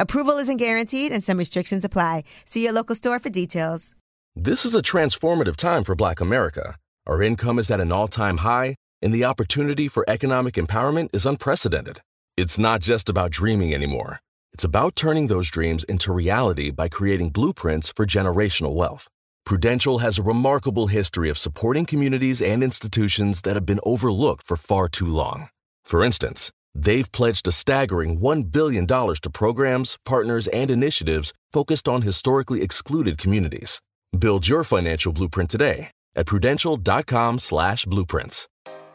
Approval isn't guaranteed and some restrictions apply. See your local store for details. This is a transformative time for Black America. Our income is at an all time high, and the opportunity for economic empowerment is unprecedented. It's not just about dreaming anymore, it's about turning those dreams into reality by creating blueprints for generational wealth. Prudential has a remarkable history of supporting communities and institutions that have been overlooked for far too long. For instance, they've pledged a staggering $1 billion to programs, partners, and initiatives focused on historically excluded communities. Build your financial blueprint today at prudential.com slash blueprints.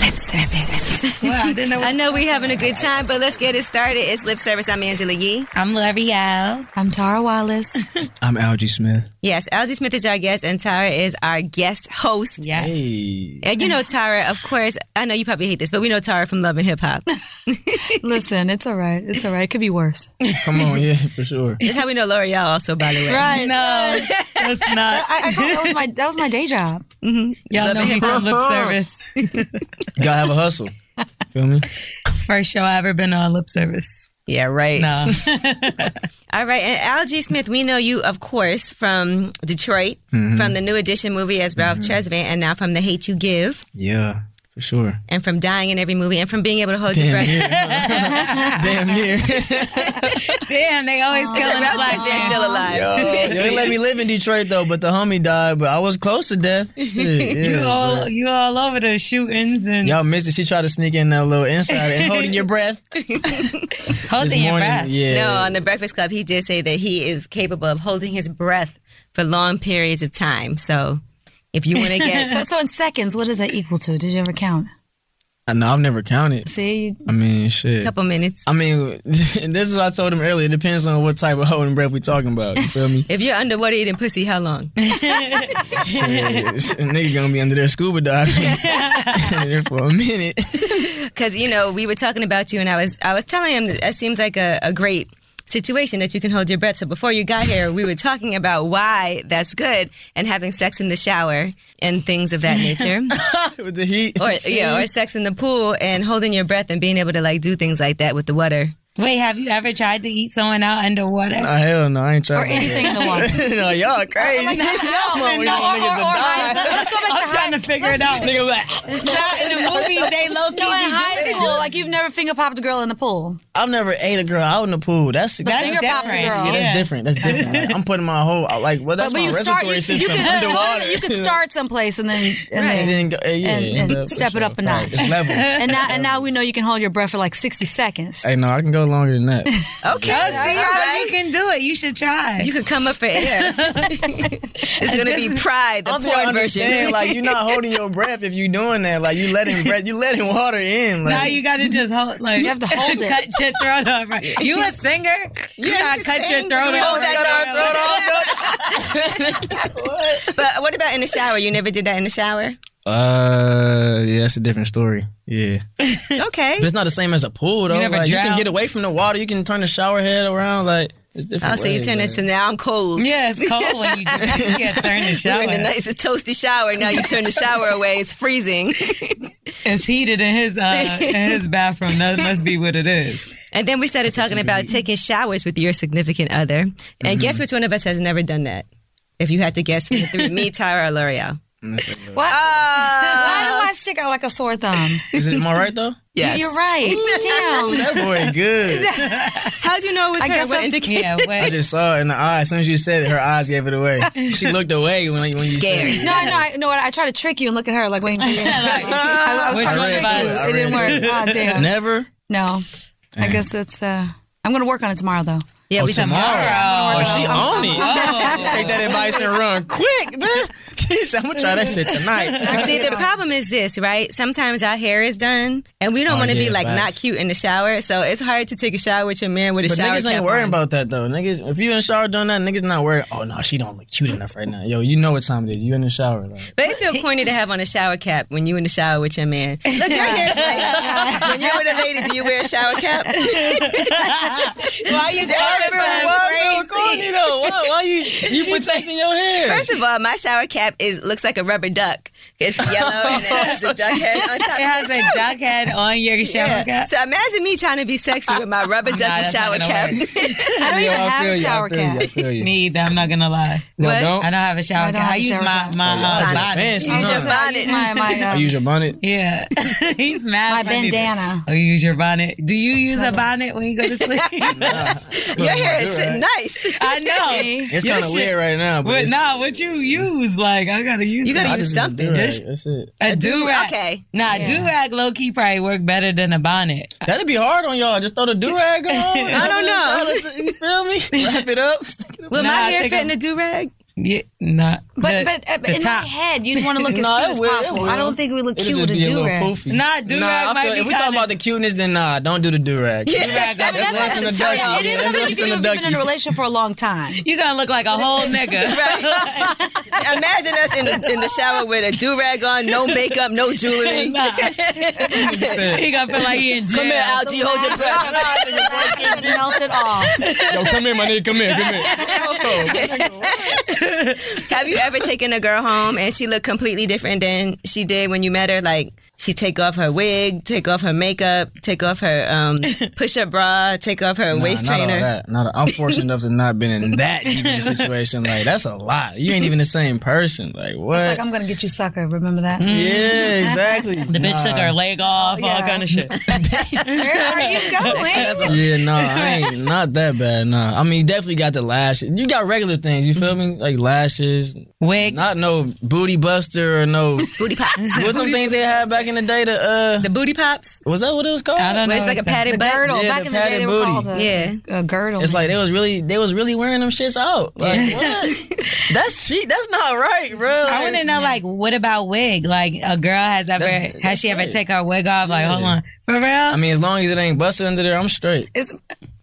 Lip service. I know we're having a good time, but let's get it started. It's lip service. I'm Angela Yee. I'm L'Oreal. I'm Tara Wallace. I'm Algie Smith. Yes, Elsie Smith is our guest, and Tara is our guest host. Yeah. Hey. And you know Tara, of course. I know you probably hate this, but we know Tara from Love and Hip Hop. Listen, it's all right. It's all right. It could be worse. Come on, yeah, for sure. That's how we know L'Oreal. Also, by the way, Right. No, that's not. I, I thought that was my that was my day job. Y'all know me from lip service. Gotta have a hustle. Feel me? First show I ever been on lip service. Yeah, right. No. All right, and Algie Smith, we know you, of course, from Detroit, Mm-hmm. from the New Edition movie as Ralph Tresvant, and now from The Hate You Give, Yeah, for sure. and from dying in every movie, and from being able to hold your Damn breath. near. Damn near. Damn, they always killing the Ralph black Tresvant's man. still alive. Yo, they Uh, let me live in Detroit though, but the homie died. But I was close to death. Shit, yeah, You all, but- you all over the shootings and Y'all missed it. She tried to sneak in that little inside and holding your breath. holding your breath. Yeah. No, on The Breakfast Club, he did say that he is capable of holding his breath for long periods of time. So if you want to So, get. so in seconds, what does that equal to? Did you ever count? I know. I've never counted. See, you- I mean, shit. A couple minutes. I mean, and this is what I told him earlier. It depends on what type of holding breath we talking about. You feel me? If you're underwater eating pussy, how long? Shit, shit, nigga gonna be under there scuba diving there for a minute. Because you know we were talking about you, and I was I was telling him that it seems like a, a great situation that you can hold your breath. So before you got here, we were talking about why that's good and having sex in the shower and things of that nature, with the heat. or yeah, or sex in the pool and holding your breath and being able to like do things like that with the water. Wait, have you ever tried to eat someone out underwater? Nah, Ah, hell no, I ain't trying. or anything in the water. no, y'all crazy. y'all want no, y'all or, or, niggas or to high- die. let's go I'm back to high, trying to figure it out. Nigga like, Not in the movies, they low no, in key. high school. Like you've never finger popped a girl in the pool. I've never ate a girl out in the pool. That's That's finger popped different. girl. yeah, that's Yeah. different. That's different. Like, I'm putting my whole uh, like well, that's but my you start. You, respiratory you system can underwater. you can start someplace and then and And then then go, yeah, and- and but- step it up a notch. It's level. and now and now we know you can hold your breath for like sixty seconds. hey, no, I can go longer than that. Okay, Oh, see, how you can do it. You should try. you could come up for air. it's gonna be pride, the I don't think I porn understand. version. Like you're not holding your breath if you're doing that. Like you letting breath, you letting water in. Like, now you gotta just hold. Like You have to hold it. cut your throat off. Right? You a singer? You gotta cut your throat off. Hold that Throw it all down. but what about in the shower? You never did that in the shower. Uh, yeah, that's a different story. Yeah, Okay, but it's not the same as a pool though. never like you drown? can get away from the water. You can turn the shower head around. Like it's different. oh, so you ways, turn like. it to now I'm cold. Yeah, it's cold when you do that. You can't turn the You're shower. in a nice toasty shower. Now you turn the shower away. It's freezing. It's heated in his uh, in his bathroom. That must be what it is. And then we started talking about taking showers with your significant other. And guess which one of us has never done that? If you had to guess from the three, me, Tyra, or L'Oreal. Why, why do I stick out like a sore thumb. Is it, am I right though? Yeah, You're right. Damn. That boy good. How'd you Oh, know it was I her? guess What that's- indicator? Yeah, I what? just saw it in the eye. As soon as you said it, her eyes gave it away. She looked away when, when you said it. No, I know. I know what I tried to trick you and look at her like waiting for you. I, I was Which trying to one trick was you. it? I It didn't read work. Ah, damn. Never. No. I guess it's uh I'm gonna work on it tomorrow though. Yeah, Oh, we just tomorrow. Oh, she on it. Oh. Take that advice and run quick, bitch. She said, I'm gonna try that shit tonight. See, the problem is this, right? Sometimes our hair is done, and we don't Oh, want to yeah, be like not facts. cute in the shower. So it's hard to take a shower with your man with a But shower niggas cap ain't worrying on. about that though. Niggas, if you in the shower doing that, niggas not worried. Oh no, she don't look cute enough right now. Yo, you know what time it is. You in the shower. Like. But it feel corny to have on a shower cap when you in the shower with your man. Look, your hair's nice. when you're with a lady, do you wear a shower cap? Why you Why, though? Why, why you you protecting your hair? First of all, my shower cap is looks like a rubber duck. It's yellow and it has a duck head on top. It has a duck head on your shower Yeah. cap. So imagine me trying to be sexy with my rubber duck and that's not shower gonna cap. I don't even I have a feel you, I shower feel you, cap. I feel you. Me either. I'm not gonna lie. No, What? don't. I don't have a shower I don't cap. I have a use shower my cap. my uh, Bonnet. bonnet. Fancy, I huh? just- I use my my, I uh, use your bonnet. Yeah, he's my mad. if I do that. bandana. Oh, you use your bonnet. Do you use a bonnet when you go to sleep? Your hair is sitting nice. I know. See? It's Your kind of shit- weird right now, but, But it's, nah, what you use? Like, I gotta use. You gotta I use just use a something. do-rag. That's it. a do rag. Okay. Nah, do rag low key probably work better than a bonnet. That'd be hard on y'all. Just throw the do rag on. I don't know. You feel me? Wrap it up. stick it up. Will Nah, my I hair think fit I'm- in a do rag? Yeah, nah. But but uh, the in top. my head, you'd want to look as Nah, it cute as will, it possible. I will. don't think we look It'll cute with just a be do little rag. poofy. Nah, do-rag I might feel- be If we talking kinda- about the cuteness, then nah, don't do the do rag rag. I mean, that's, less that's, than a something- ducky. it is That's something less you can do than if a you've been in a ducky. relationship for a long time. you gonna look like a whole nigga. Imagine us in the, in the shower with a do rag on, no makeup, no jewelry. Nah. he gonna feel like he in jail. Come here, Algie, hold your breath. breath. melt it off. Yo, come here, my nigga. Come here. Come Oh here. Have you ever taken a girl home and she looked completely different than she did when you met her? Like she take off her wig, take off her makeup, take off her um, push-up bra, take off her waist nah, not trainer. All that. Not all- I'm fortunate enough to not been in that even situation. Like that's a lot. You ain't even the same person. Like what? It's like I'm gonna get you, sucker. Remember that? Mm-hmm. yeah, exactly. The bitch took her leg off, all Yeah. kind of shit. Where are you going? Yeah, nah, I ain't not that bad. Nah, I mean, you definitely got the lashes. You got regular things. You feel me? Like lashes. Wig. Not no booty buster or no. Booty pops. What's them things they had back in the day? The uh, the booty pops. was that what it was called? I don't know. Where it's like a it's padded The butt. girdle. Yeah, Oh, Back the in the day, they were padded called a, Yeah. a girdle. It's like they was really they was really wearing them shits out. Like what? that's cheat. That's not right, bro. I want to know, like, what about wig? Like, a girl has ever That's- has she that's ever it. take her wig off? Like, hold on, for real? I mean, as long as it ain't busted under there, I'm straight. It's,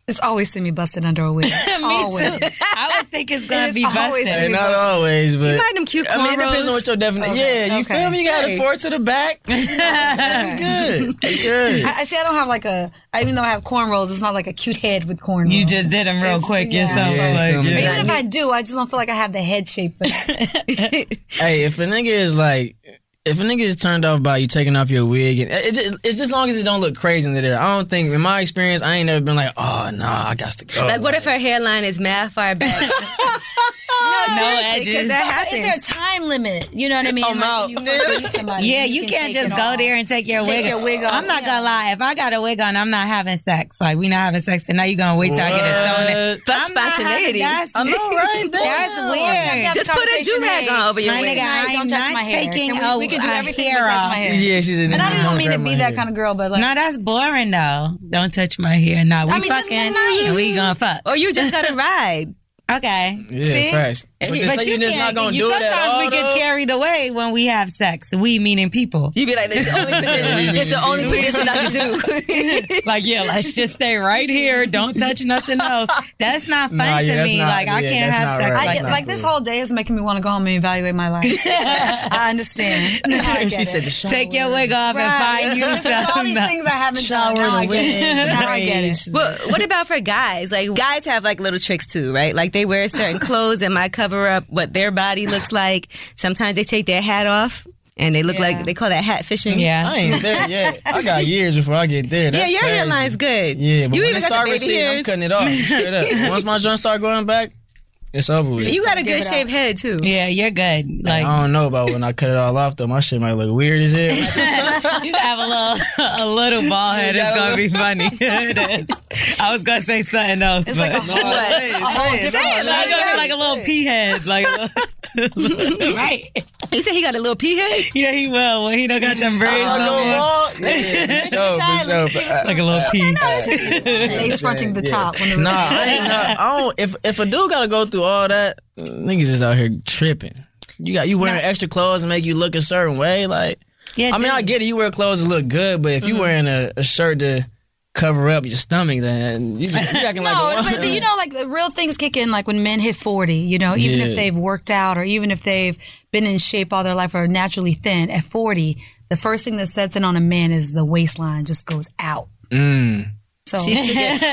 it's always seen me busted under a wig. always. I would think it's gonna is be busted. always Hey, Hey, Maybe not busted. always, but Find them cute I mean, it depends on cornrows. what your definition. Yeah, you okay. feel me? You got Hey. a four to the back. Okay. Good, good. I, I see. I don't have like a. I Even though I have cornrows, it's not like a cute head with cornrows. You just did them real It's- quick yeah. yourself. Yeah, like, dumb. yeah. But even if I do, I just don't feel like I have the head shape. for that. hey, if a nigga is like, if a nigga is turned off by you taking off your wig, and it just, it's just as long as it don't look crazy under there. I don't think, in my experience, I ain't never been like, oh nah, I got to go. Like, what if her hairline is mad far back? no Because edges. that Is there happens. a time limit? You know what I mean? I'm Like, out. You first meet somebody, Yeah, you, can't take just it go off. there and take your Take wig. your off. wig off, I'm not yeah. gonna lie. If I got a wig on, I'm not having sex. Like we not having sex, and now you gonna wait till I get it sewn. in. What? Fuck I'm not having- spontaneity. That's, I know, right? that's Damn. weird. Just put a do rag on over your My wig. nigga, Tonight, I'm don't touch not my hair. taking Can we- a, we can do a everything but hair touch my off. hair. Yeah, she's in. And I there. don't mean to Grab my be that hair. kind of girl, but like, No, that's boring though. Don't touch my hair. Nah, we I mean, that's fucking nice. and we gonna fuck. Or you just gotta ride. Okay. Yeah, See? facts. But But, just say you you're just can't. not gonna you, do it at sometimes we all, get though. carried away when we have sex. We meaning people. You'd be like, this is the only position, it's the only position I can do. Like yeah, let's just stay right here. Don't touch nothing else. That's not fun Nah, yeah, to that's me. not- like I yeah, can't that's have not sex. I, right. Like, That's not like this cool. whole day is making me want to go home and evaluate my life. I understand. I get she it. said the shower. take your wig off Right. and find you It's just all something. these else. things I haven't shower done. Now I the get wig. it. Now I braids, get it. Well, what about for guys? Like guys have like little tricks too, right? Like they wear certain clothes that might cover up what their body looks like. Sometimes they take their hat off and they look like they call that hat fishing. Yeah. I ain't there yet. I got years before I get there. Yeah, That's your crazy. hairline's good. Yeah, but you even when it got start the baby receding, I'm hairs. cutting it off. Straight up. Once my joints start going back, It's over with. You got a good shaped head too. Yeah, you're good. Like I don't know about when I cut it all off though. My shit might look weird as hell. you have a little a little bald head. It's gonna be funny. It is. I was gonna say something else. It's but like a whole, a whole I'm different gonna be like a little pea head. Like a little, right? You said he got a little pea head. Yeah, he will. When he don't got them braids on, man. Yeah, for sure, for sure. But, uh, like a little pea. lace fronting the Yeah. top. When the Nah, I, ain't, nah, I don't. If if a dude gotta go through all that, niggas is out here tripping. You got you wearing extra clothes and make you look a certain way. Like Yeah, I mean, I get it. You wear clothes that look good, but if Mm-hmm. you wearing a, a shirt to cover up your stomach, then you just you acting No, like a but, but you know, like the real things kick in, like when men hit forty. You know, even Yeah. if they've worked out or even if they've been in shape all their life or naturally thin, at forty, the first thing that sets in on a man is the waistline just goes out. Mm. So She's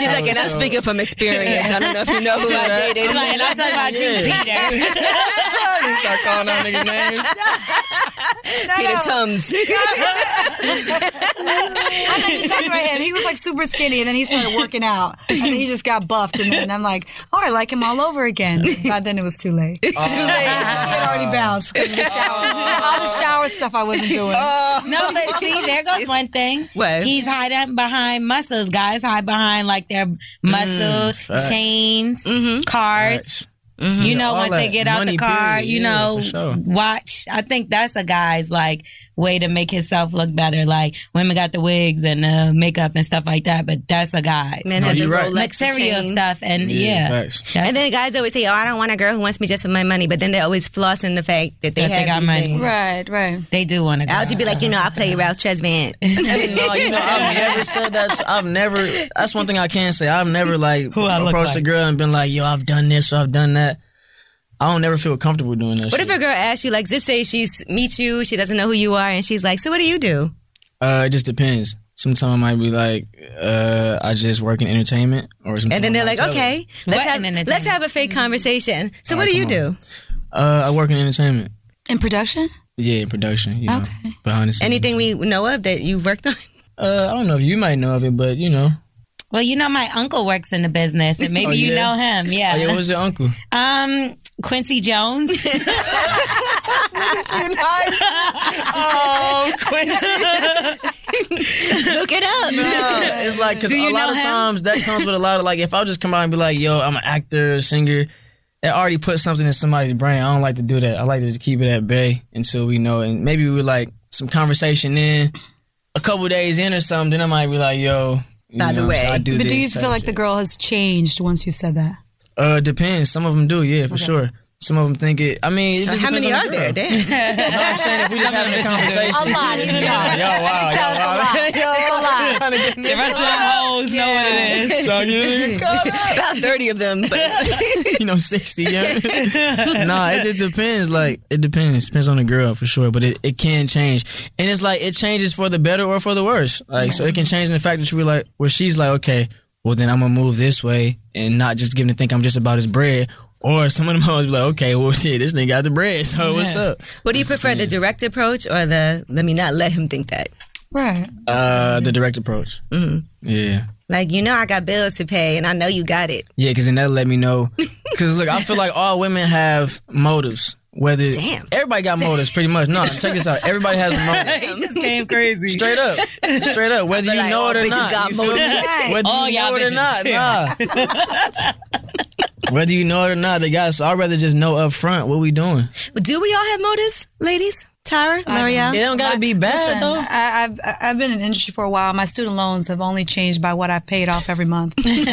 like, and I'm speaking from experience. I don't know if you know who I dated. Like, I'm talking about you, Peter. start calling out niggas names. Peter Tums. I know you're talking about him. He was like super skinny, and then he started working out, and then he just got buffed, and then I'm like, oh, I like him all over again. By then, it was too late. Too late. He had already bounced. 'cause of the shower. All the shower stuff I wasn't doing. No, but see, there goes one thing. What? He's hiding behind muscles. Guys hide behind like their Mm, muscles, facts. chains, Mm-hmm. cars. You know, All once they that get out money, the car, period. you Yeah, know, for sure. watch. I think that's a guy's like way to make himself look better. Like women got the wigs and the makeup and stuff like that, but that's a guy. Man No, had you the right. Rolex Material chain. stuff and yeah. facts. That's- And then guys always say, "Oh, I don't want a girl who wants me just for my money," but then they always floss in the fact that they That have they got these money. things. Right, right. they do want to go. I'll just be like, you know, I play Ralph Tresvant. no, you know, I've never said that. I've never. That's one thing I can say. I've never like Who I look approached a like. girl and been like, "Yo, I've done this. I've done that." I don't never feel comfortable doing that. What shit. if a girl asks you, like, just say she's meet you, she doesn't know who you are, and she's like, "So what do you do?" Uh, it just depends. Sometimes I might be like, uh, I just work in entertainment, or sometimes And then I they're like, tell "Okay, What let's have, an entertainment. let's have a fake mm-hmm. conversation." So what do you do? them, uh, I work in entertainment. In production? Yeah, production. You know, behind the scenes. Anything we know of that you worked on? Uh, I don't know if you might know of it, but you know, well, you know, my uncle works in the business, and maybe Oh, you yeah? know him. Yeah. oh, yeah, what was your uncle? Um, Quincy Jones. oh, Quincy. Look it up. it's like because Do a you lot know of him? times that comes with a lot of like, if I just come out and be like, "Yo, I'm an actor, singer," that already puts something in somebody's brain. I don't like to do that. I like to just keep it at bay until we know, and maybe we like some conversation in a couple days in or something. Then I might be like, "Yo." you By the know, way. I do But this do you type feel of like the girl has changed once you said that? Uh, depends. Some of them do, yeah, for sure. Some of them think it. I mean, it's just How depends many on are the there? girl. Damn. You know what I'm saying? If we just having a conversation, A lot. yo, He's young. wow, yo, wow. It's a lot. the rest of them hoes know what it is. So, you know, About thirty of them, but you know, sixty. Yeah. nah, it just depends. Like, it depends. Depends on the girl for sure, but it, it can change, and it's like it changes for the better or for the worse. Like, so it can change in the fact that you be like, where she's like, okay, well then I'm gonna move this way and not just give him to think I'm just about his bread. Or some of them always be like, okay, well shit, this nigga got the bread, so what's up? what do you prefer, the direct approach or the let me not let him think that? Right. Uh, the direct approach. Yeah. Like you know, I got bills to pay, and I know you got it. Yeah, because then that'll let me know. Because look, I feel like all women have motives. Whether Damn. everybody got motives, pretty much. No, check this out. Everybody has a motive. He just came crazy. Straight up, straight up. Whether you like, know all it or bitches not, got you feel me? motives. whether All you y'all know it or bitches. not, nah. whether you know it or not, they got. So I'd rather just know up front what we doing. Do we all have motives, ladies? Tara, L'Oreal. It don't gotta be bad though. I, I've I've been in the industry for a while. My student loans have only changed by what I've paid off every month. And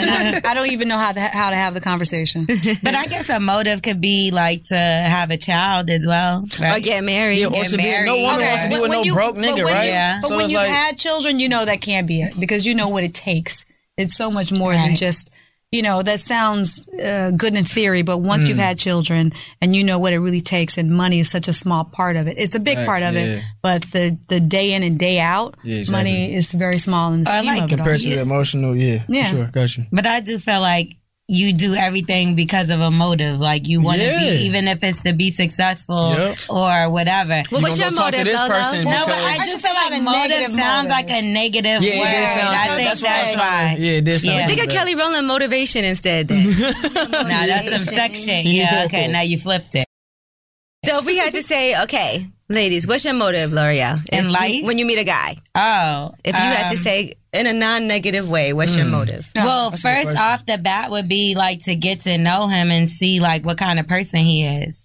I, I don't even know how to, how to have the conversation. But I guess a motive could be like to have a child as well. Or Right? get married. Yeah, or Get to be, no married. woman Okay, wants to be but with when no you- broke but nigga, when right? you- Yeah. But So when it's you've like- had children, you know that can't be it because you know what it takes. It's so much more than Right. just. You know that sounds uh, good in theory, but once you've Mm. had children and you know what it really takes, and money is such a small part of it. It's a big Facts, part of yeah. it, but the the day in and day out, Yeah, exactly. money is very small in the I scheme like of it all. Compared to the emotional, yeah, Yeah. for sure, got you. But I do feel like you do everything because of a motive. Like you want to Yeah. be, even if it's to be successful Yep. or whatever. What was your gonna go talk to motive, this though, though? person No, because- but I That's just just feel like not a motive negative sounds motive. like a negative Yeah, it word. did sound. I think that's, that's, why. why. Yeah, it did sound. Yeah. like Think of that. Kelly Rowland motivation instead. Then. Nah, that's some sex shit. Yeah, Yeah. okay, now you flipped it. so if we had to say, okay, ladies, what's your motive, L'Oreal, In If- life? when you meet a guy? Oh. If you had to um, say in a non-negative way, what's your motive? Well, first off the bat would be like to get to know him and see like what kind of person he is.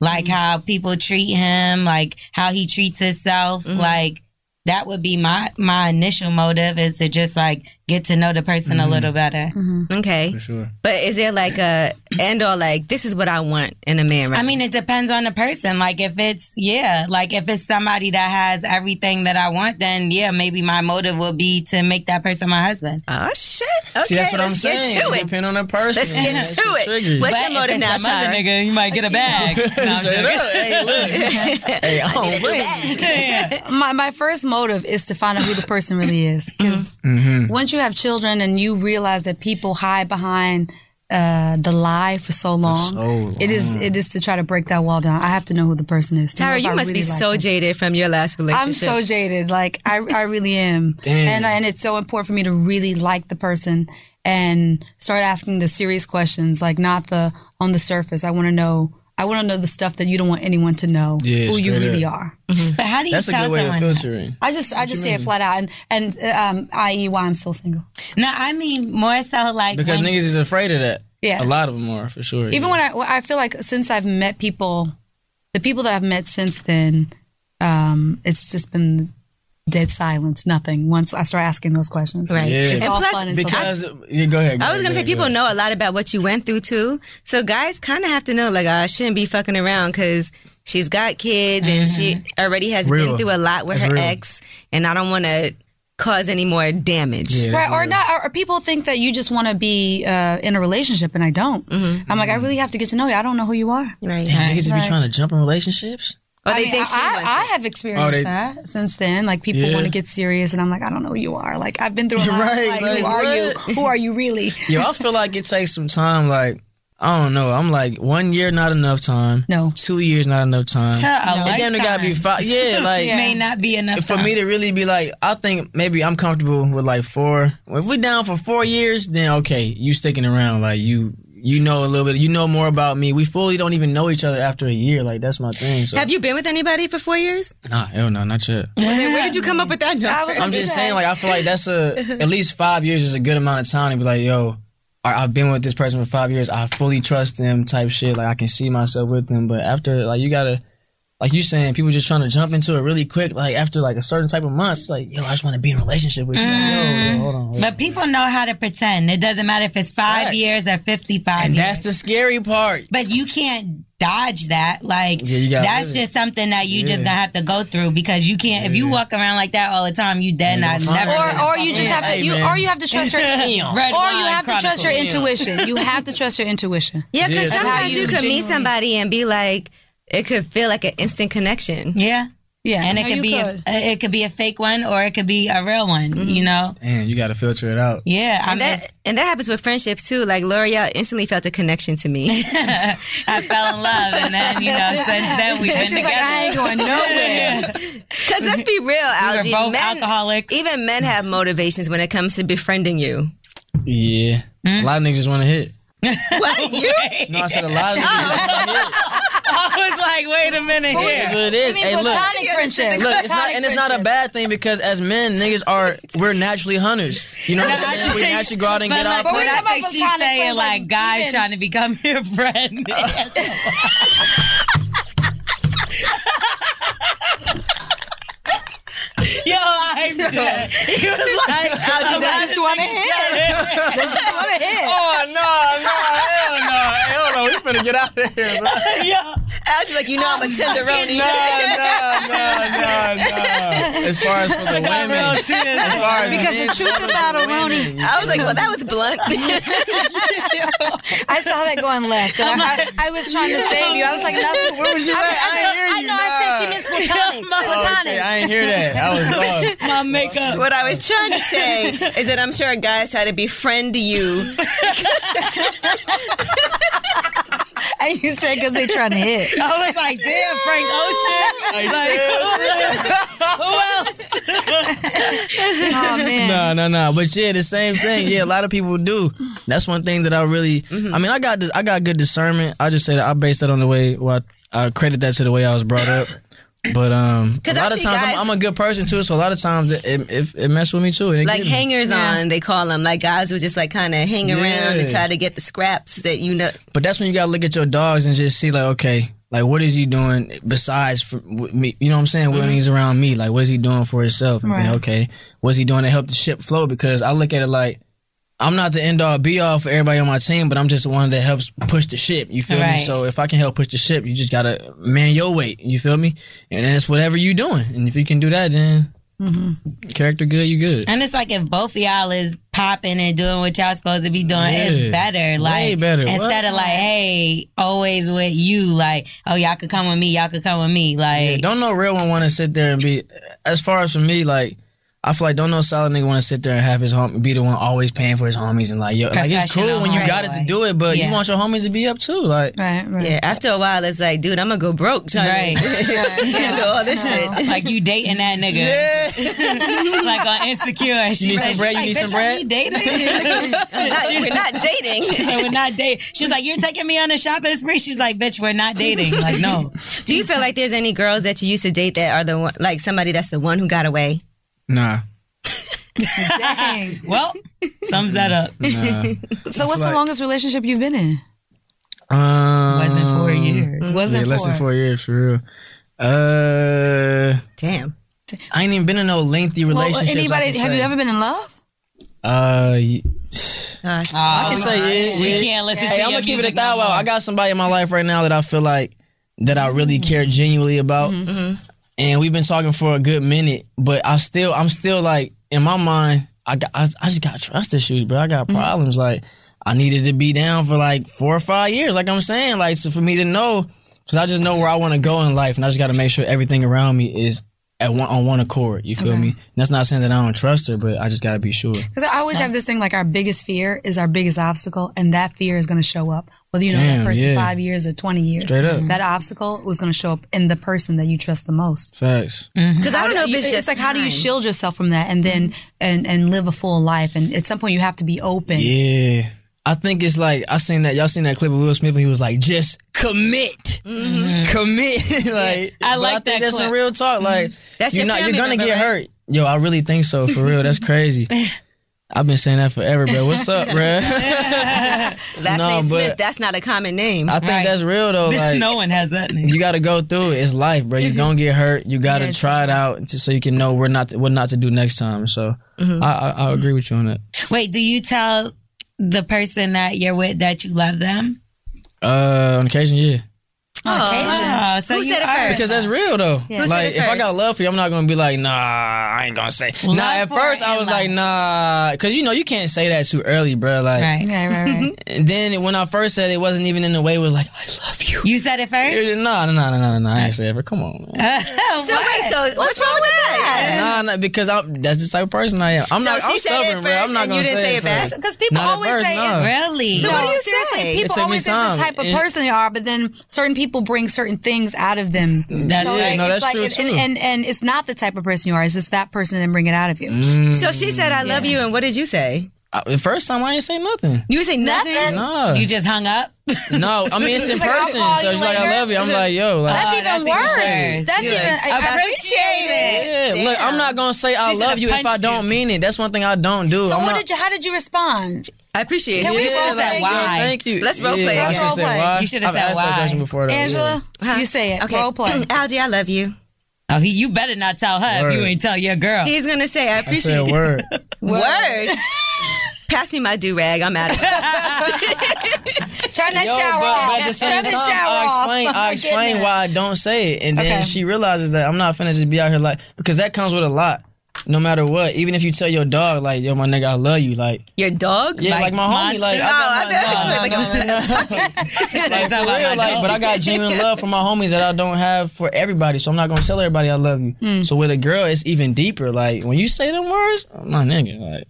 Like Mm-hmm. how people treat him, like how he treats himself. Mm-hmm. Like that would be my my initial motive is to just like get to know the person Mm-hmm. a little better. Okay, For sure. but is there like a end all? Like this is what I want in a man, right? I mean, it depends on the person. Like if it's yeah, like if it's somebody that has everything that I want, then yeah, maybe my motive will be to make that person my husband. oh shit. Okay, See, that's what I'm let's saying. Get to It it. Depend on the person. Let's get That's to the it. triggers. What's But your motive if it's now, some other Tyra? nigga, you might get a bag. No, I'm joking. Straight up. Hey, look. hey, oh, I don't blame you. my, my first motive is to find out who the person really is. Because Mm-hmm. once you have children and you realize that people hide behind uh, the lie for so long, so it is it is to try to break that wall down. I have to know who the person is. to know Tara, if you I must be really like so them. jaded from your last Um, relationship. I'm so jaded. Like I, I really am. And and it's so important for me to really like the person and start asking the serious questions, like not the on the surface. I want to know. I want to know the stuff that you don't want anyone to know. Yeah, who you straight really up. are. But how do you That's a tell good way of someone? that? filtering. I just I just say it flat out. And and uh, um, i.e. why I'm still single. No, I mean more so like Because when, niggas is afraid of that. Yeah. A lot of them are, for sure. Even when I when I feel like since I've met people, the people that I've met since then, um, it's just been dead silence, nothing. Once I start asking those questions, Right. Yeah. It's And all plus, fun until Because, yeah, go ahead. go I was gonna ahead, go say ahead, go people ahead. know a lot about what you went through too. So guys kind of have to know like I shouldn't be fucking around because she's got kids and she already has Real. been through a lot with That's her real. ex, and I don't want to cause any more damage. Yeah, right or yeah. not or, or people think that you just want to be uh, in a relationship and i don't i'm like i really have to get to know you i don't know who you are Right? Damn, niggas be trying to jump in relationships? Or they I mean, think I, she I, wants. I have experienced Oh, they- that since then like people Yeah. want to get serious and i'm like i don't know who you are like i've been through a lot Right, like, like, who are you what? who are you really Yo, I feel like it takes some time. Like, I don't know. I'm like, one year, not enough time. No. Two years, not enough time. To a It damn near gotta be lifetime. five. Yeah, like, it may not be enough for me to really be like, I think maybe I'm comfortable with like four. If we down for four years, then okay, you sticking around. Like you, you know a little bit. You know more about me. We fully don't even know each other after a year. Like that's my thing. So have you been with anybody for four years? nah, hell no, not yet. Then Where did you come up with that number? I'm just saying, like I feel like that's a at least five years is a good amount of time to be like, yo, I, I've been with this person for five years. I fully trust them, type shit. Like I can see myself with them. But after, like you gotta. Like you saying, people just trying to jump into it really quick. Like after like a certain type of months, it's like yo, I just want to be in a relationship with you. Like, yo, yo, hold on. hold on. But people know how to pretend. It doesn't matter if it's five Facts. years or fifty-five. And years. that's the scary part. but you can't dodge that. Like Yeah, you gotta that's live it. just something that you just Yeah. gonna have to go through because you can't. If you walk around like that all the time, you dead. I gonna find never. it. or, or you just Yeah, have to hey, you man. or you have to trust your Red or you wine have to trust your chronicle. intuition you have to trust your intuition yeah, because Yeah. sometimes you, You could meet genuinely- somebody and be like, it could feel like an instant connection. Yeah. yeah And it No, could you be a, it could be a fake one or it could be a real one. Mm-hmm. You know. Man, you gotta filter it out. Yeah. I And that, and that happens with friendships too. Like L'Oreal instantly felt a connection to me. I fell in love, and then you know, since then we've been she's together. like i ain't going nowhere Because let's be real, We're Algie. both men, alcoholics. even men have motivations when it comes to befriiending you. Yeah. A lot of niggas just wanna hit. What you? No, I said a lot of niggas just wanna hit. I was like, wait a minute That's here. what it is. I mean, hey, look. platonic friendship Look, it's not, and it's not a bad thing because as men, niggas are we're naturally hunters. You know what I'm I saying? We think- naturally go out and But get like, our but prey. I talking think about she's platonic saying friends, like, like guys even- trying to become your friend. Yo, I'm dead. He was like, I "Oh, just want to hit. Oh no, no, hell no, hell no. We finna get out of here, bro. I was like, you know, I'm a tenderoni. no, no, no, no. As far as for the women, as far as because the men, truth about a women, Roni you I was like, well, that was blunt. I saw that going left. And I, I, I was trying to save you. I was like, Nelson, where was your I, at? I didn't hear I, I, you, know I said she nah. missed Platonic. Platonic. I didn't hear that. I was lost. My makeup. What I was trying to say is that I'm sure guys try to befriend you. And you said because they trying to hit. I was like, damn, Frank Ocean. Oh, man. No, no, no. But yeah, the same thing. Yeah, a lot of people do. That's one thing that I really. Mm-hmm. I mean, I got this, I got good discernment. I just say that I base that on the way. Well, I, I credit that to the way I was brought up. But um, a 'Cause I lot of see times I'm, guys- I'm a good person too. So a lot of times it it, it, it messed with me too. And it like get me. hangers on, they call them. Like guys would just like kind of hang around and Yeah. try to get the scraps that you know. But that's when you gotta look at your dogs and just see like, okay, like what is he doing besides for with me? You know what I'm saying? When he's around me, like what is he doing for himself? And then, okay, what's he doing to help the ship flow? Because I look at it like. I'm not the end all be all for everybody on my team, but I'm just the one that helps push the ship. You feel me? Right. So if I can help push the ship, you just gotta man your weight. You feel me? And that's whatever you doing. And if you can do that, then character good, you good. And it's like if both of y'all is popping and doing what y'all supposed to be doing, Yeah. it's better. Like better. instead of like, hey, always with you, like, oh y'all could come with me, y'all could come with me. Yeah, Like don't no real one want to sit there and be. As far as for me, like I feel like don't no solid nigga want to sit there and have his home be the one always paying for his homies and like yo, like it's cool Professional when you homie. got it to do it, but Yeah. you want your homies to be up too. Like Right, right. Yeah. After a while, it's like, dude, I'm gonna go broke trying Right. to handle all this shit. like you dating that nigga. like on insecure. and She You need like- some she bread? You like, need "Bitch, some are bread?" we dating. Not- we're not dating. Like, we're not dating. She's like, you're taking me on a shopping spree. She's like, bitch, we're not dating. Like, no. Do you feel like there's any girls that you used to date that are the one, like somebody that's the one who got away? nah, Dang. Well, sums that up. nah. So what's the like- longest relationship you've been in? um, Wasn't four years. Was Mm-hmm. Yeah, it less four? than four years for real. Uh, Damn. I ain't even been in no lengthy Well, relationship. anybody? Have you ever been in love? Uh, y- Gosh. I can say yeah, yeah. We Oh, can't listen to Hey, I'm your gonna keep it a music no thou out. more. I got somebody in my life right now that I feel like that I really care genuinely about, Mm-hmm. and we've been talking for a good minute. But I still, I'm still like in my mind, I got, I, I just got trust issues, bro. I got problems. Like I needed to be down for like four or five years. Like I'm saying, like so for me to know, because I just know where I want to go in life, and I just got to make sure everything around me is. At one on one accord, you feel me? And that's not saying that I don't trust her, but I just gotta be sure. Because I always have this thing like our biggest fear is our biggest obstacle, and that fear is going to show up whether you know Damn, that person yeah. five years or twenty years. Straight up. that obstacle was going to show up in the person that you trust the most. Facts. Because I don't know if it's, just like how do you time. shield yourself from that and then and and live a full life? And at some point you have to be open. Yeah. I think it's like I seen that y'all seen that clip of Will Smith when he was like, just commit. Mm-hmm. Commit. like I but like think that that's clip. some real talk. Like Mm-hmm. That's you're your not you're family gonna member, get right? hurt. Yo, I really think so, for real. That's crazy. I've been saying that forever, bro. What's up, bro? Last No, name Smith, but- that's not a common name. I think that's real though. Like no one has that name. you gotta go through it. It's life, bro. Mm-hmm. You gonna get hurt. You gotta try it out to, so you can know where not to, what not to do next time. So Mm-hmm. I, I I agree with you on that. Wait, do you tell the person that you're with that you love them? Uh, on occasion, yeah. On occasion. Oh, so Who you said it are- first? Because that's real though. Who Like said it if I got first? love for you, I'm not gonna be like, nah, I ain't gonna say. Love nah, at for first it I and was love. like, nah, because you know you can't say that too early, bro. Like, Right. Right, right, right. and then when I first said it, it wasn't even in the way. It was like, I love you. You said it first? It- Nah, nah, nah, nah, nah, nah. I ain't say ever. Come on, Uh. man. so wait, so what's, wrong with that? Nah, nah, because I'm that's the type of person I am. I'm So not. she I'm said it stubborn, bro. first I'm not and gonna you didn't say it back? first. Because people Not at always first, say Oh. no. Really? no, what do you seriously, say? It people took me always say it's the time. type of It- person they are, but then certain people bring certain things out of them. That's so it. like, No, it's like that's true, and, too. and and it's not the type of person you are, it's just that person that bring it out of you. Mm. So she said, I love you, and what did you say? I- The first time I ain't say nothing. You say nothing? Nah, You just hung up? no. I mean it's in It's like, I'll person, call so you it's like I later. love you. I'm like, yo, like. That's Oh, even that's even worse. worse. That's You're even like, I- I appreciate it. Yeah, look, I'm not gonna say I She love should've you if I punched don't you. mean it. That's one thing I don't do. So I'm what not- did you? How did you respond? I appreciate Can it. we Yeah, all like, say yo, why? thank you. Let's role Yeah, play. I Let's should role say play. why. You should've I've said asked that why. question before. though, yeah. Angela, Huh? you say it. Uh-huh. Okay. Role play. Algie, I love you. Oh, he, you better not tell her if you Word. ain't tell your girl. He's going to say, I I appreciate said it. word. Word. Pass me my do rag. I'm out of here. Turn that Yo, shower but, but at the off. same Turn time, the shower oh, I explain, off. I explain why I don't say it, and then Okay. she realizes that I'm not finna just be out here like because that comes with a lot. no matter what, even if you tell your dog, like, yo, my nigga, I love you, like, Your dog? yeah, like, my homie, like, I got my, know. like, for real, like, but I got genuine love for my homies that I don't have for everybody, so I'm not gonna tell everybody I love you. So with a girl, it's even deeper. Like, when you say them words, my nigga, like,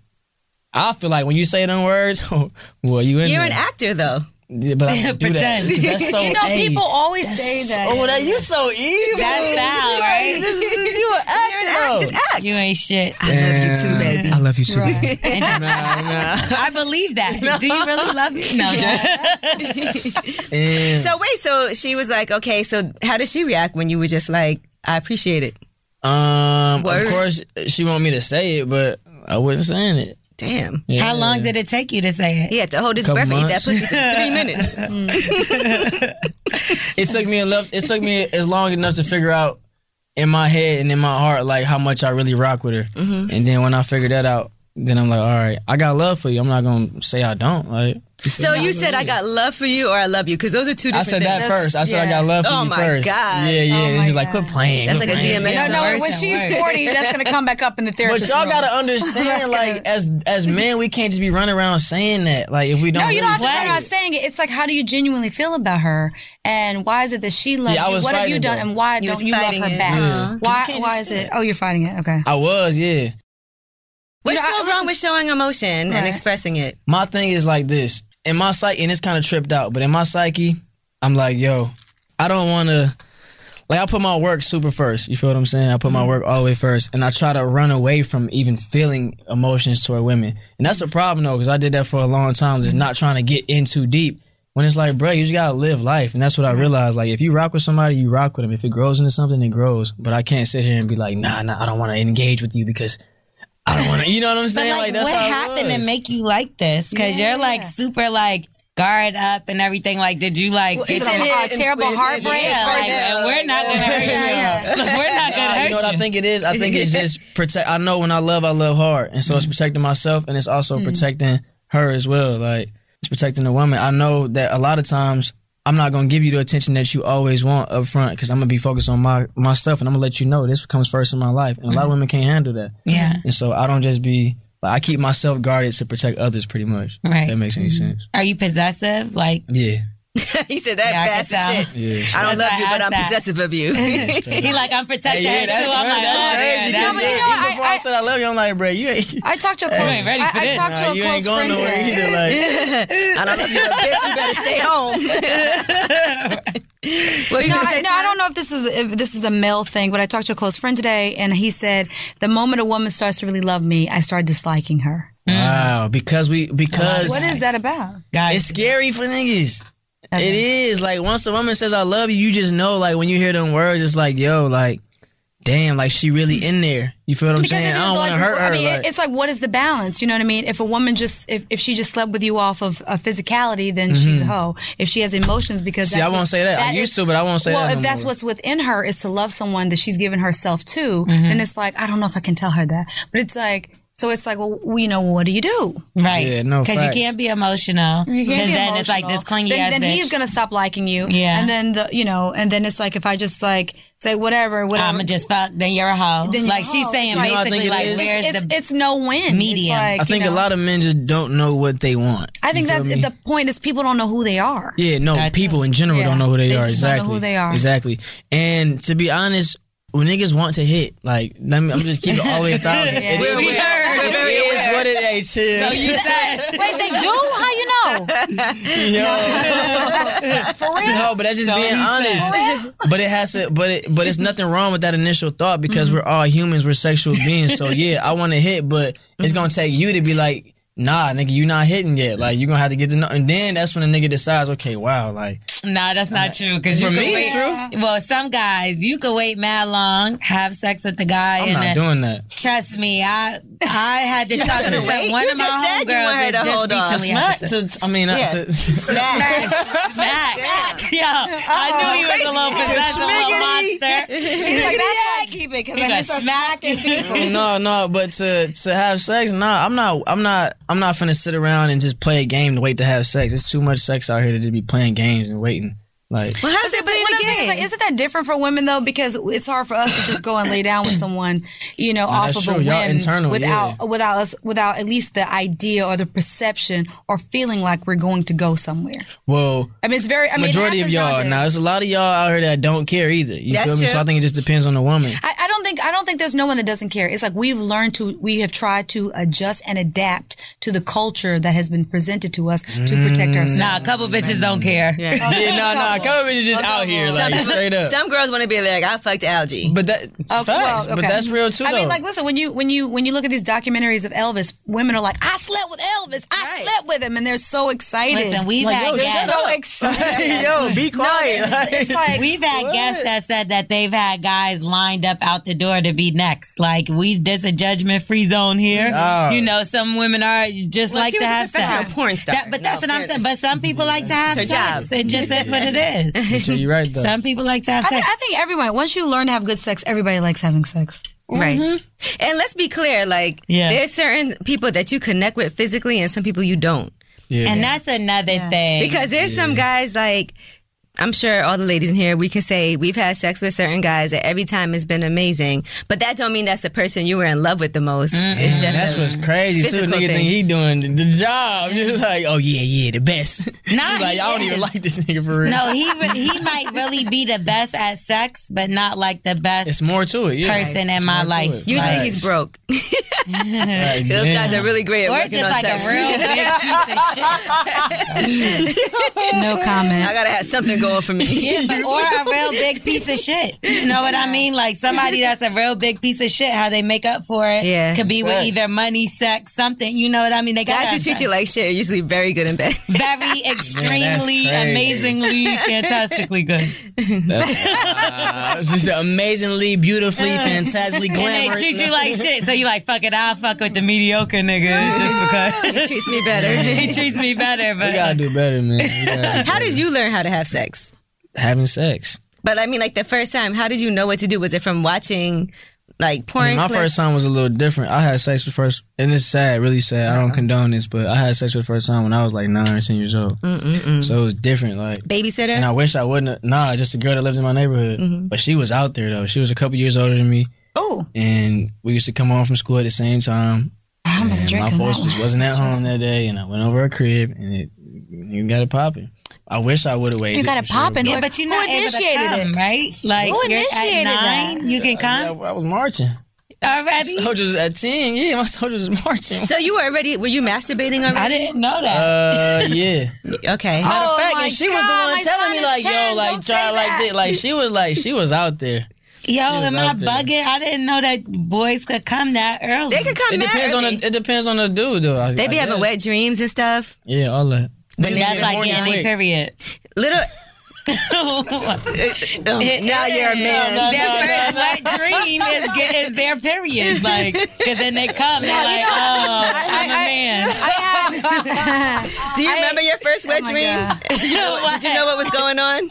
I feel like when you say them words, well, you in You're there. an actor, though. Yeah, but I don't do that. 'cause That's so You know, hey, people always say that. Oh, that you so evil. That's foul, right? you an actor. though. Just act. You ain't shit. I love you too, baby. I love you too. Right. I believe that. Do you really love me? No, And, So wait, so she was like, okay, so how did she react when you were just like, I appreciate it? um, Word. of course, she want me to say it, but I wasn't saying it. Damn. Yeah. How long did it take you to say it? He had to hold his Couple breath and eat that months. pussy for three minutes. It took me enough. It took me as long enough to figure out in my head and in my heart like how much I really rock with her. Mm-hmm. And then when I figured that out, then I'm like, all right, I got love for you. I'm not gonna say I don't. Like, So you said I got love for you or I love you because those are two I different said things. that first. I said I got love for Oh you my first. God. Yeah, yeah. Oh and my she's like, God. quit playing. That's quit like a playing. DMX. No, no. verse. When she's forty, that's gonna come back up in the But therapist. y'all room. gotta understand, like, as as men, we can't just be running around saying that. Like, if we don't, No, you don't have to really worry feel about it. saying it. It's like, how do you genuinely feel about her, and why is it that she loves Yeah, I you? was What have you fighting done, it, and why was don't you love fighting her it. back? Yeah. Why? You can't Why just is say it? that. Oh, you're fighting it. Okay. I was, yeah. What's You know, I- so wrong with showing emotion Right. and expressing it? My thing is like this. In my psyche, and it's kind of tripped out, but in my psyche, I'm like, yo, I don't want to. Like I put my work super first. You feel what I'm saying? I put Mm-hmm. my work all the way first, and I try to run away from even feeling emotions toward women, and that's a problem though, because I did that for a long time, just not trying to get in too deep. When it's like, bro, you just gotta live life, and that's what I Mm-hmm. realized. Like, if you rock with somebody, you rock with them. If it grows into something, it grows. But I can't sit here and be like, nah, nah, I don't want to engage with you because I don't want to. You know what I'm But saying? like, what how it happened was. to make you like this? Because you're like super like guard up and everything. Like, did you like? Is get it your- a, a terrible heartbreak? yeah, like, and we're not gonna hurt you. Yeah, We're not gonna Nah, hurt Uh, you know what I you. think it is? I think it's just protect. I know when I love, I love hard, and so Mm. it's protecting myself, and it's also protecting her as well. Like it's protecting the woman. I know that a lot of times I'm not gonna give you the attention that you always want up front because I'm gonna be focused on my my stuff, and I'm gonna let you know this comes first in my life, and a lot of women can't handle that. Mm. Yeah. and so I don't just be. Like, I keep myself guarded to protect others, pretty much. if Right. Mm-hmm. that makes any sense. Are you possessive? Like, Yeah. he said that Yeah, I can fast as tell. shit. Yeah. I don't love That's you, why I but I'm asked that. possessive of you. he like I'm protecting Yeah, her too. that's, I'm like, oh, yeah, crazy. that's- Cause No, but you know, even before I, I- said I love you, I'm like, bro, you ain't. I talked to a close. ain't ready for I, I this. talked to Nah, a you close ain't going friend nowhere today. either. Like, I don't love you, but bitch, you better stay home. well, you No, gonna I, say no, I don't know if this is if this is a male thing, but I talked to a close friend today, and he said the moment a woman starts to really love me, I start disliking her. wow, because we because What is that about? it's guys. scary for niggas. It is like once a woman says I love you, you just know like when you hear them words, it's like yo, like damn, like she really in there. You feel what I'm Because saying? if I it's don't want like, to hurt her. I mean, like- it- it's like, what is the balance? You know what I mean? If a woman just, if, if she just slept with you off of uh, physicality, then she's a hoe. If she has emotions, because Mm-hmm. See, that's I won't what's- say that. I used is- to, but I won't say well, that if no that's more. what's within her is to love someone that she's given herself to, Mm-hmm. then it's like I don't know if I can tell her that, but it's like. So it's like, well, you know, what do you do? Right. Yeah, no, Because you facts. can't be emotional. Because then it's like this clingy Then, ass then bitch. he's gonna stop liking you. Yeah. and then the, you know, and then it's like if I just like say whatever, whatever. I'ma just fuck. Then you're a hoe. Then you're like a she's hoe. saying You know, I basically think it like is- where's it's, the it's no win. medium. It's like, I think you know, a lot of men just don't know what they want. I think You feel that's me? the point is people don't know who they are. Yeah, no, people in general Yeah, don't know who they, they are. just don't know exactly. who they are. Exactly. And to be honest, when niggas want to hit, like let me, I'm just keep it all the way a thousand. It is We what- heard. We're very it is aware. what it ain't. Chill. Wait, they do? How you know? No, but that's just being honest. But it has to. But it. But it's nothing wrong with that initial thought because we're all humans. We're sexual beings. So yeah, I want to hit, but it's gonna take you to be like, nah, nigga, you not hitting yet. Like you gonna have to get to know. And then that's when the nigga decides, okay, wow, like Nah, that's not true. Because you for could me, wait. it's true. Well, some guys you could wait mad long, have sex with the guy, I'm and not then, doing that. trust me, I I had to talk to some, wait? one You of just my said you want her to homegirls that just hold on. recently Smack. had To, I mean, not Yeah. to- sex. Smack. Yeah, I knew he was a little possessive, little monster. She's like, that's why I keep it because He I was just smacking people. no, no, but to to have sex, nah, I'm not, I'm not, I'm not finna sit around and just play a game to wait to have sex. It's too much sex out here to just be playing games and waiting. Like, Well, how's it But playing what I'm the saying it's like, isn't that different for women though? Because it's hard for us to just go and lay down with someone, you know, No, off of that's a true. whim Y'all internal, without yeah. without us without at least the idea or the perception or feeling like we're going to go somewhere. Well, I mean, it's very. I mean, it majority of happens y'all. nowadays. Now, there's a lot of y'all out here that don't care either. You That's feel me? So true. I think it just depends on the woman. I, I don't think I don't think there's no one that doesn't care. It's like we've learned to we have tried to adjust and adapt to the culture that has been presented to us to protect ourselves. Nah, a couple bitches don't care. yeah, nah, nah. Cover is just out here, like straight up. Some girls want to be like, I fucked algae. But that Okay, facts. well, But okay. that's real too. I though. mean, like, listen, when you when you when you look at these documentaries of Elvis, women are like, "I slept with Elvis, I slept with him," and they're so excited. Listen, we've had guys. they're so excited. yo, be quiet. it's like We've had guests that said that they've had guys lined up out the door to be next. Like we, there's a judgment free zone here. Oh. You know, some women are just like she to was a have professional sex. porn star. That- but that's No, what I'm saying. But fairness. some people like to have It's her sex. job. It just that's what it is. You're right though. Some people like to have I, thi- sex. I think everyone once you learn to have good sex, everybody likes having sex. Right. And let's be clear, like Yeah. there's certain people that you connect with physically and some people you don't. Yeah. And that's another thing. Because there's some guys like I'm sure all the ladies in here we can say we've had sex with certain guys that every time has been amazing. But that don't mean that's the person you were in love with the most. It's just That's a- what's crazy. too. physical nigga thing. think he doing the, the job. Just like, oh yeah, yeah, the best. Nah, He's like, he I don't is. even like this nigga for real. no, he re- he might really be the best at sex, but not like the best it's more to it. Yeah. person in my more to life. it. usually Right. he's broke. Like, Those man. guys are really great at or working just on like sex. a real big piece of shit. No comment. I gotta have something going for me. Yeah, but or a real big piece of shit. You know what I mean? Like somebody that's a real big piece of shit, how they make up for it. Yeah. Could be with Right. either money, sex, something. You know what I mean? They Guys who treat you like shit are usually very good in bed. very extremely, crazy. amazingly, fantastically good. Wow. Just amazingly, beautifully, fantastically And they glamorous. treat you like shit. So you like, fuck it, I'll fuck with the mediocre nigga just because he treats me better. he treats me better. we gotta But do better, man. We gotta do How better. did you learn how to have sex? having sex? But I mean, like the first time, how did you know what to do? Was it from watching, like I porn? mean, my clips? first time was a little different. I had sex for the first, and it's sad, really sad. Uh-huh. I don't condone this, but I had sex for the first time when I was like nine or ten years old. So it was different, like. babysitter. And I wish I wouldn't. have- Nah, just a girl that lives in my neighborhood. But she was out there though. She was a couple years older than me, Mm-hmm. Oh, and we used to come home from school at the same time. I'm And my drinking. folks just wasn't at home that day, and I went over her crib, and it you got it popping. I wish I would have waited. You got for it sure, popping. yeah, but you're Who not able to initiated come, it? right? Like Who you're initiated at that? nine, you can I, come I was marching. already. Soldiers at ten. Yeah, my soldiers was marching. so you were already? Were you masturbating I already? didn't know that. Uh, yeah. okay. Oh Fact, my and she was God, the my one telling son me is like, 10, yo, like don't try say like that. this. Like she was like she was out there. Yo, was am I out there. bugging? I didn't know that boys could come that early. they could come. It mad depends on early. the it depends on the dude though. I- They be I having guess. wet dreams and stuff. Yeah, all that. Dude, that's They're like horny getting a quick. period. Little. Their Oh Um, It- now it you're a is. man. No, no, first wet dream is, get- is their period, like because then they come. They're like, oh, I, am a man. Do you remember your first wet Oh my dream? God. Did you know- did you know what was going on?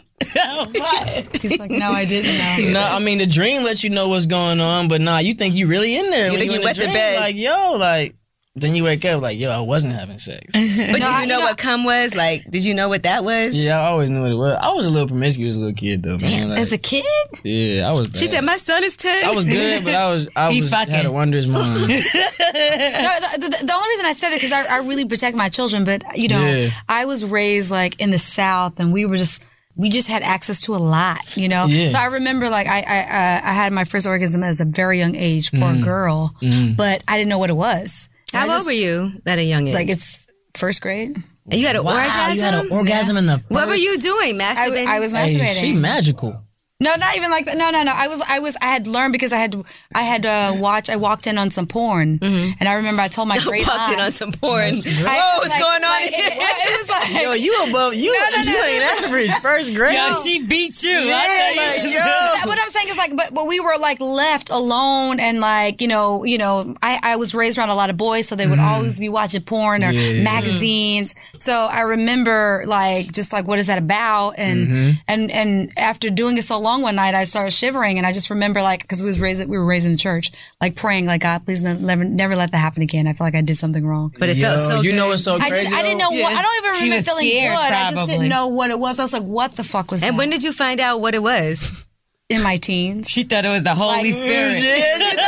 He's like, no, I didn't know. No, I mean the dream lets you know what's going on, but nah, you think you really in there. when think you in wet the dream, bed. Like yo, like then you wake up like yo, I wasn't having sex. But did you know what cum was? Like, did you know what that was? yeah, I always knew what it was. I was a little promiscuous little kid though, man. Like, As a kid, yeah, I was. Bad. She said, "My son is ten. I was good, but I was I He was fucking. had a wondrous mind. no, the, the, the only reason I said it because I, I really protect my children, but you know, Yeah. I was raised like in the South, and we were just we just had access to a lot, you know. Yeah. So I remember like I I, uh, I had my first orgasm as a very young age for Mm. a girl, but I didn't know what it was. How old were you at a young age? Like it's first grade. you had an orgasm. You had an orgasm in the. what were you doing? Masturbating. I, I was Hey, masturbating. she magical. No, not even like that. No, no, no. I was, I was, I had learned because I had, I had uh, watched. I walked in on some porn, and I remember I told my great Mm-hmm. walked in aunt. on some porn. I- Whoa, what's like- going on like, here? It, well, it was like, Yo, you above you. you ain't average. First grade. Yo, she beat you. I tell you. But what I'm saying is like, but but we were like left alone and like you know you know I I was raised around a lot of boys, so they Mm-hmm. would always be watching porn or magazines. So Mm-hmm. I remember like just like what is that about and and and after doing it so along one night, I started shivering, and I just remember like because we was raised, we were raised in the church, like praying, like God, please ne- never, never let that happen again. I feel like I did something wrong. But it felt Yo, so you know good. what's so I, just, crazy, I didn't know. though? What, I don't even She remember was feeling scared, good. I just probably. didn't know what it was. I was like, what the fuck was that? And when did you find out what it was? in my teens. She thought it was the Holy Spirit. the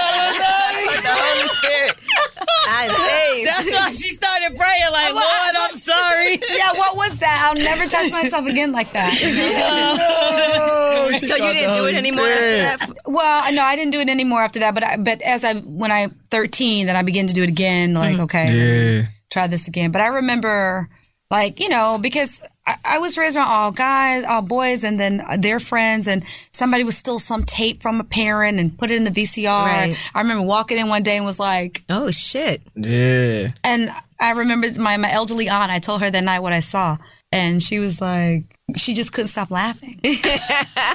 Holy Spirit. I'm saved. That's why she started praying like, Lord, I'm sorry. yeah, what was that? I'll never touch myself again like that. so you didn't do it anymore after that? Well, no, I didn't do it anymore after that. But I, but as I when I thirteen, then I began to do it again. Like okay, Yeah. try this again. But I remember, like, you know, because I, I was raised around all guys, all boys, and then their friends, and somebody would steal some tape from a parent and put it in the VCR. Right. I remember walking in one day and was like, Oh, shit. Yeah. and I remember my, my elderly aunt, I told her that night what I saw, and she was like, she just couldn't stop laughing.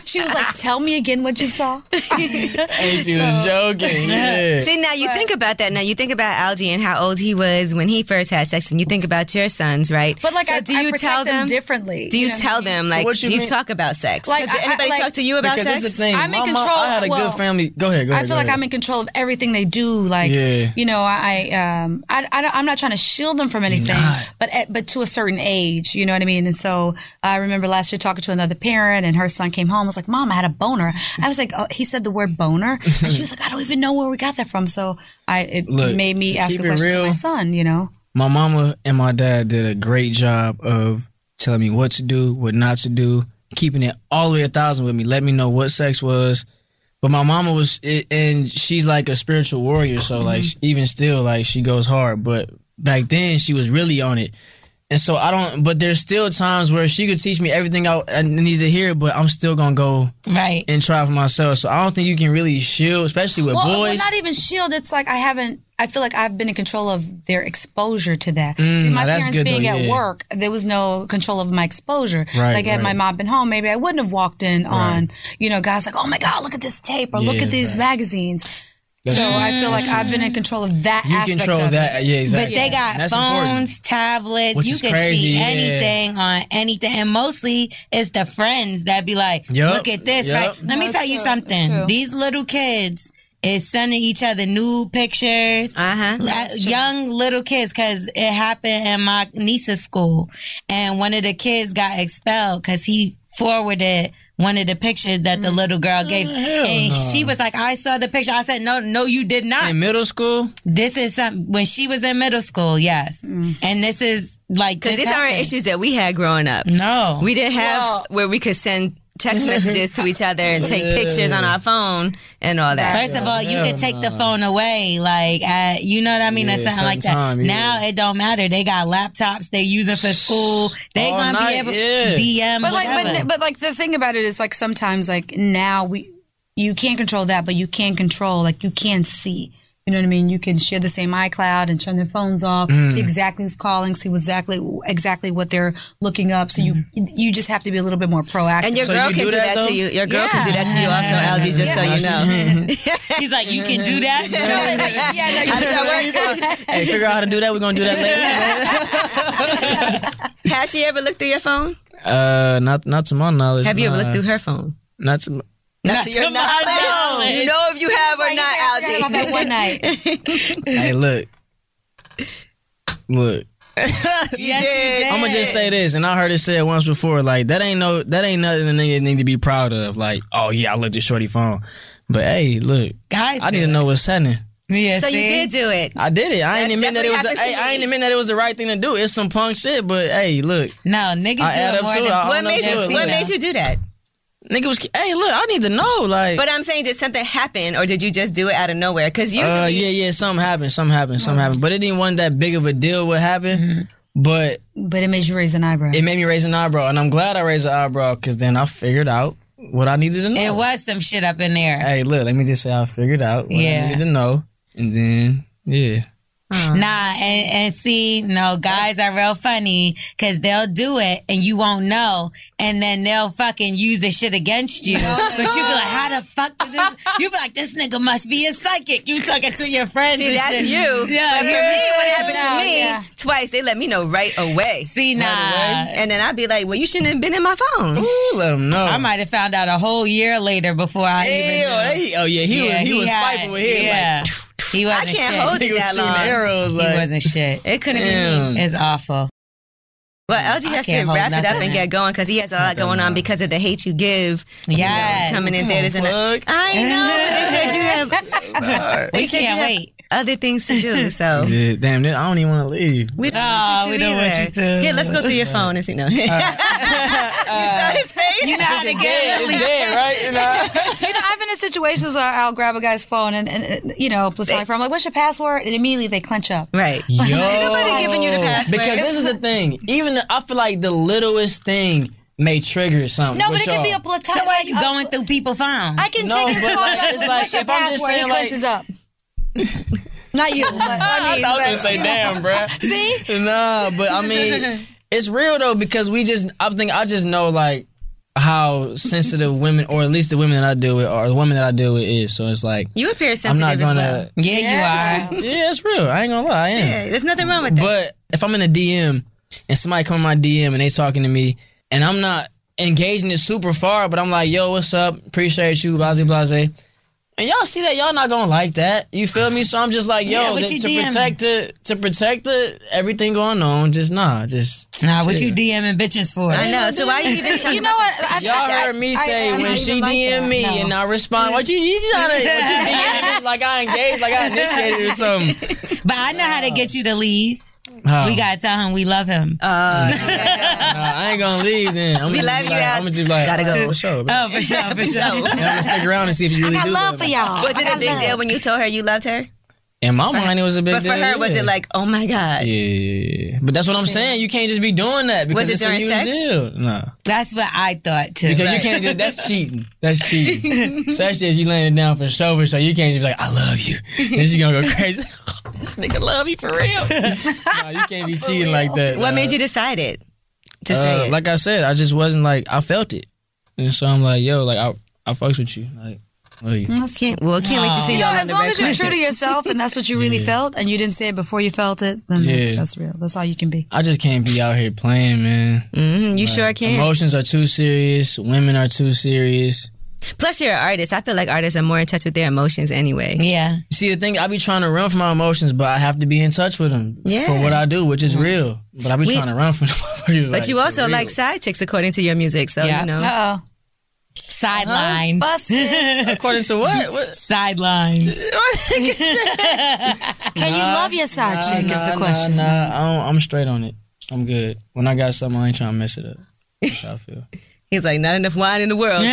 she was like, tell me again what you saw. Ain't you joking? Yeah. See, now you think about that. Now you think about Algie and how old he was when he first had sex, and you think about your sons, right? But like, So I, do you tell them, differently. Do you, know what I tell mean? them like? What you do you mean? talk about sex? Like, Like, I- I- anybody like- talk to you about because sex? this is the thing. I'm in my mom- control. I had a Well, good family. Go ahead. Go ahead. I feel like I'm in control of everything they do. Like, Yeah. you know, I, um, I, I, don't- I'm not trying to shield them from anything, not. but, at, but to a certain age, you know what I mean? And so uh, I remember last year talking to another parent and her son came home. I was like, mom, I had a boner. I was like, oh, he said the word boner. And she was like, I don't even know where we got that from. So I, it Look, made me to ask keep a it question to my real- son, you know? my mama and my dad did a great job of telling me what to do, what not to do, keeping it all the way a thousand with me, let me know what sex was. But my mama was, it, and she's like a spiritual warrior, so like even still, like she goes hard. But back then, she was really on it, and so I don't. But there's still times where she could teach me everything I, I need to hear, but I'm still gonna go Right. and try for myself. So I don't think you can really shield, especially with well, well, boys. not even shield. It's like I haven't. I feel like I've been in control of their exposure to that. Mm, See, my now that's parents good being though, at yeah. work, there was no control of my exposure. Right, like had my right. mom been home, maybe I wouldn't have walked in on, you know, guys like, oh my god, look at this tape or look Yeah, at these right. magazines. That's so true. I feel like I've been in control of that. you aspect control of that, It. yeah, exactly. But they got That's phones, important. tablets. Which you is can crazy, see yeah. anything on anything, and mostly it's the friends that be like, Yup, "Look at this!" yup. Right? Let me That's tell you true, that's true. something. These little kids is sending each other nude pictures. Uh-huh. Uh huh. Uh, young little kids because it happened in my niece's school and one of the kids got expelled because he forwarded one of the pictures that Mm. the little girl gave and she was like i saw the picture i said no no you did not in middle school. this is some when she was in middle school yes Mm. and this is like Because these aren't happened. issues that we had growing up. no We didn't have where we could send text messages to each other and take pictures on our phone and all that. First of all, you could take the phone away, like at, you know what I mean, or Yeah, something like that. sometime, yeah. Now it don't matter. They got laptops they using for school. They All gonna night, be able yeah. DM. But like, whatever. but, but like the thing about it is like sometimes like now we you can't control that, but you can control like you can see. You know what I mean? You can share the same iCloud and turn their phones off, Mm. see exactly who's calling, see exactly exactly what they're looking up. So you Mm-hmm. you just have to be a little bit more proactive. And your So girl you can do do that, that, though? to you. Your girl can do that to you also, Algie, just so you know. He's like, you can do that. yeah, no, you hey, figure out how to do that. We're gonna do that later. Has she ever looked through your phone? Uh, not not to my knowledge. Have you ever nah. looked through her phone? Not to. my- Not to your knowledge. You know if you have or not, "Oh, forgot about Algie. that one night. hey, look, look. I'm gonna just say this, and I heard it said once before. Like that ain't no, that ain't nothing a nigga need to be proud of. Like, oh yeah, I looked at shorty phone, but hey, look, Guys, I need to know what's happening. Yeah, So you see? did do it. I did it. I ain't That's admit that it was. definitely The, happened hey, to I me. ain't admit that it was the right thing to do. It's some punk shit, but hey, look, No, niggas I add do up it more to it. than I What don't know made too. you Look, what man. made you do that? nigga was. Hey, look, I need to know. Like, But I'm saying, did something happen or did you just do it out of nowhere? Because usually, Uh, yeah, yeah, something happened, something happened, something happened. But it didn't wasn't that big of a deal what happened. But But it made you raise an eyebrow. it made me raise an eyebrow, and I'm glad I raised an eyebrow because then I figured out what I needed to know. it was some shit up in there. hey, look, let me just say I figured out what Yeah. I needed to know, and then yeah, Nah, and, and see, no, guys are real funny because they'll do it and you won't know, and then they'll fucking use the shit against you. but you be like, how the fuck did this? You be like, this nigga must be a psychic. You talking to your friends. See, and that's shit. you. Yeah, but for yeah. me, what happened No, to me yeah. twice, they let me know right away. See, nah. And then I'd be like, well, you shouldn't have been in my phone. Ooh, let him know. I might have found out a whole year later before I even. Ew, knew. they- oh yeah, he was he, was had- spiteful with him. Yeah. he I wasn't can't shit. hold Like, he it was that shooting long. arrows. He Like, wasn't shit. It couldn't be damn. me. It's awful. Well, LG I has to can't hold wrap it up nothing. and get going because he has a lot going on because of the hate you give. you know, Yes. coming in theaters and I know, but they said you have. they We said you can't have wait. Other things to do, so. Yeah, damn, dude, I don't even want to leave. We don't, No, want you Oh, we don't want you either. to. Uh. Here, let's go through your phone and see. No. you saw his face? You know how to get Uh, It's dead, right? You know? You know, I've been in situations where I'll grab a guy's phone and, and uh, you know, platonic friend. I'm like, "What's your password?" And immediately they clench up. Right. Ain't nobody giving you the password. Because this is the thing. Even the, I feel like the littlest thing may trigger something. No, but with it could be y'all. a platonic. So why are you a- going through people's phones? uh, I can No, take his but phone. like, Like, what's it's like, your if I'm password? just he saying, like- clenches up. Not you. But, I I mean, was gonna say, damn, bruh. See? Nah, but I mean, it's real though because we just. I think I just know like how sensitive women, or at least the women that I deal with, or the women that I deal with is. So it's like You appear I'm sensitive not as gonna. well. yeah, you are. Yeah, it's real. I ain't gonna lie. I am. Yeah, there's nothing wrong with that. But if I'm in a DM and somebody come in my DM and they talking to me and I'm not engaging it super far, but I'm like, yo, what's up? Appreciate you, blase blase. And y'all see that y'all not gonna like that. You feel me? So I'm just like, yo, Yeah, but th- you to DM. protect the to protect the everything going on, just nah, just Nah, what you chill. DMing bitches for? I know. So why are you even talking you know what? I, Y'all heard me say I when don't she even like DM that. me No. and I respond, what you you trying to what you DM me like I engaged, like I initiated or something. But I know how to get you to leave. Huh. Oh. We gotta tell him we love him. Nah, I ain't gonna leave then. I'm we love you, Al. I'm gonna just like Gotta go. alright, what's up, man? oh, for sure, for sure. And I'm gonna stick around and see if you really I do love for me. y'all. was it I a big love. deal when you told her you loved her? In my mind, it was a big But for deal. her, was yeah. it like, oh my God? Yeah, but that's what I'm saying. You can't just be doing that because it it's a during huge sex? deal. No, That's what I thought too. because you can't just. That's cheating. That's cheating. Especially if you laying it down for sober, so you can't just be like, "I love you," then she gonna go crazy. Oh, this nigga love you for real. no, you can't be cheating like that. What nah. made you decide it? To Uh, say it. Like I said, I just wasn't like I felt it, and so I'm like, yo, like I, I fucks with you, like, love you. can't, well, can't wait to see You you know, on as the long red as you're true carpet. to yourself and that's what you really felt, and you didn't say it before you felt it, then Yeah. that's, that's real. That's all you can be. I just can't be out here playing, man. Mhm, you sure can. Emotions are too serious. Women are too serious. Plus, you're an artist. I feel like artists are more in touch with their emotions anyway. yeah. See, the thing I be trying to run from my emotions, but I have to be in touch with them Yeah. for what I do, which is real. But I be We- trying to run from them. It's But like, you also real. like side chicks, according to your music. So Yeah. you know, Uh oh. Uh-huh. Sideline. Busted. according to what? What? Sideline. Can you love your side chick? is the question. Nah, I don't, I'm straight on it. I'm good. When I got something, I ain't trying to mess it up. That's how I feel. he's like, not enough wine in the world. All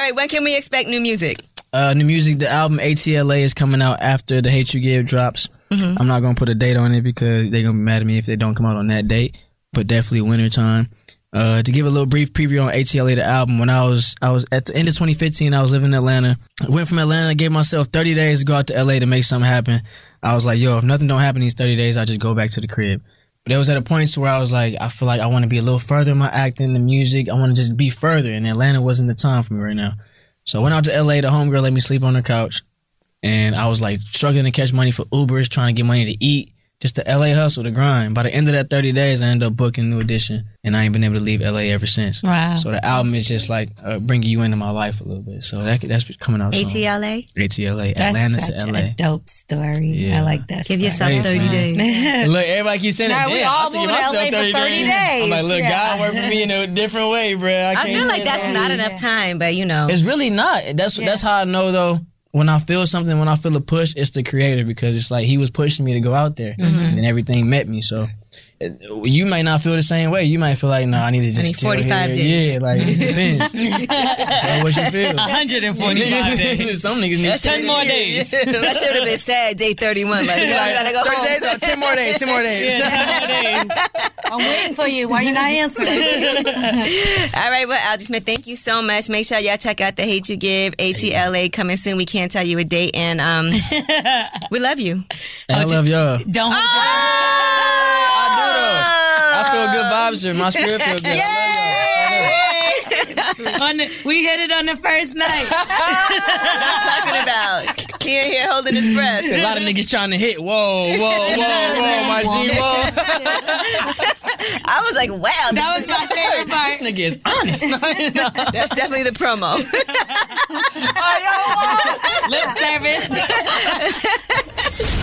right, when can we expect new music? Uh, new music, the album ATLA is coming out after the Hate You Give drops. I'm not gonna put a date on it because they're gonna be mad at me if they don't come out on that date. But definitely wintertime. Uh, to give a little brief preview on ATLA the album, when I was I was at the end of 2015, I was living in Atlanta. I went from Atlanta, I gave myself 30 days to go out to LA to make something happen. I was like, yo, if nothing don't happen in these 30 days, I just go back to the crib. But it was at a point to where I was like, I feel like I want to be a little further in my acting, the music. I want to just be further, and Atlanta wasn't the time for me right now. So I went out to LA. The homegirl let me sleep on her couch, and I was like struggling to catch money for Ubers, trying to get money to eat. Just the LA hustle, the grind. By the end of that 30 days, I ended up booking New Edition, and I ain't been able to leave LA ever since. Wow. So the album is just like uh, bringing you into my life a little bit. So that, that's coming out. soon. ATLA. ATLA, That's Atlanta such to LA. a dope story. I like that. Give yourself Hey, 30 friends. days. Look, everybody keeps saying Now that. we Damn, all I should give moving to myself LA for 30 30 grand. I'm like, look, days. God worked for me in a different way, bro. I, I can't feel like say that's that. not enough time, but you know, It's really not. That's that's how I know though. When I feel something, Mm-hmm. when I feel a push, it's the creator because it's like he was pushing me to go out there, and everything met me. So you might not feel the same way. You might feel like, no, I need to just need chill 45 here. days. Yeah, like it depends. That's what you feel. 145 days. Some niggas need That's 10 more days. Yeah. That should have been sad day 31. Like, no, I gotta go 30 home. days? Oh, 10 more days. 10 more days. I'm waiting for you. Why you not answering? All right, well, Algie Smith, thank you so much. Make sure y'all check out the Hate You Give ATLA coming soon. We can't tell you a date, and um, we love you. And I love y'all. Don't hold your- Ah! I feel good vibes here. My spirit feel good. I love Oh, y'all. on the, we hit it on the first night. talking about? Here, here, holding his breath. A lot of niggas trying to hit. Whoa, whoa, whoa, whoa, my G, whoa. I was like, wow, That was my favorite part. This nigga is honest. that's definitely the promo. Lip service.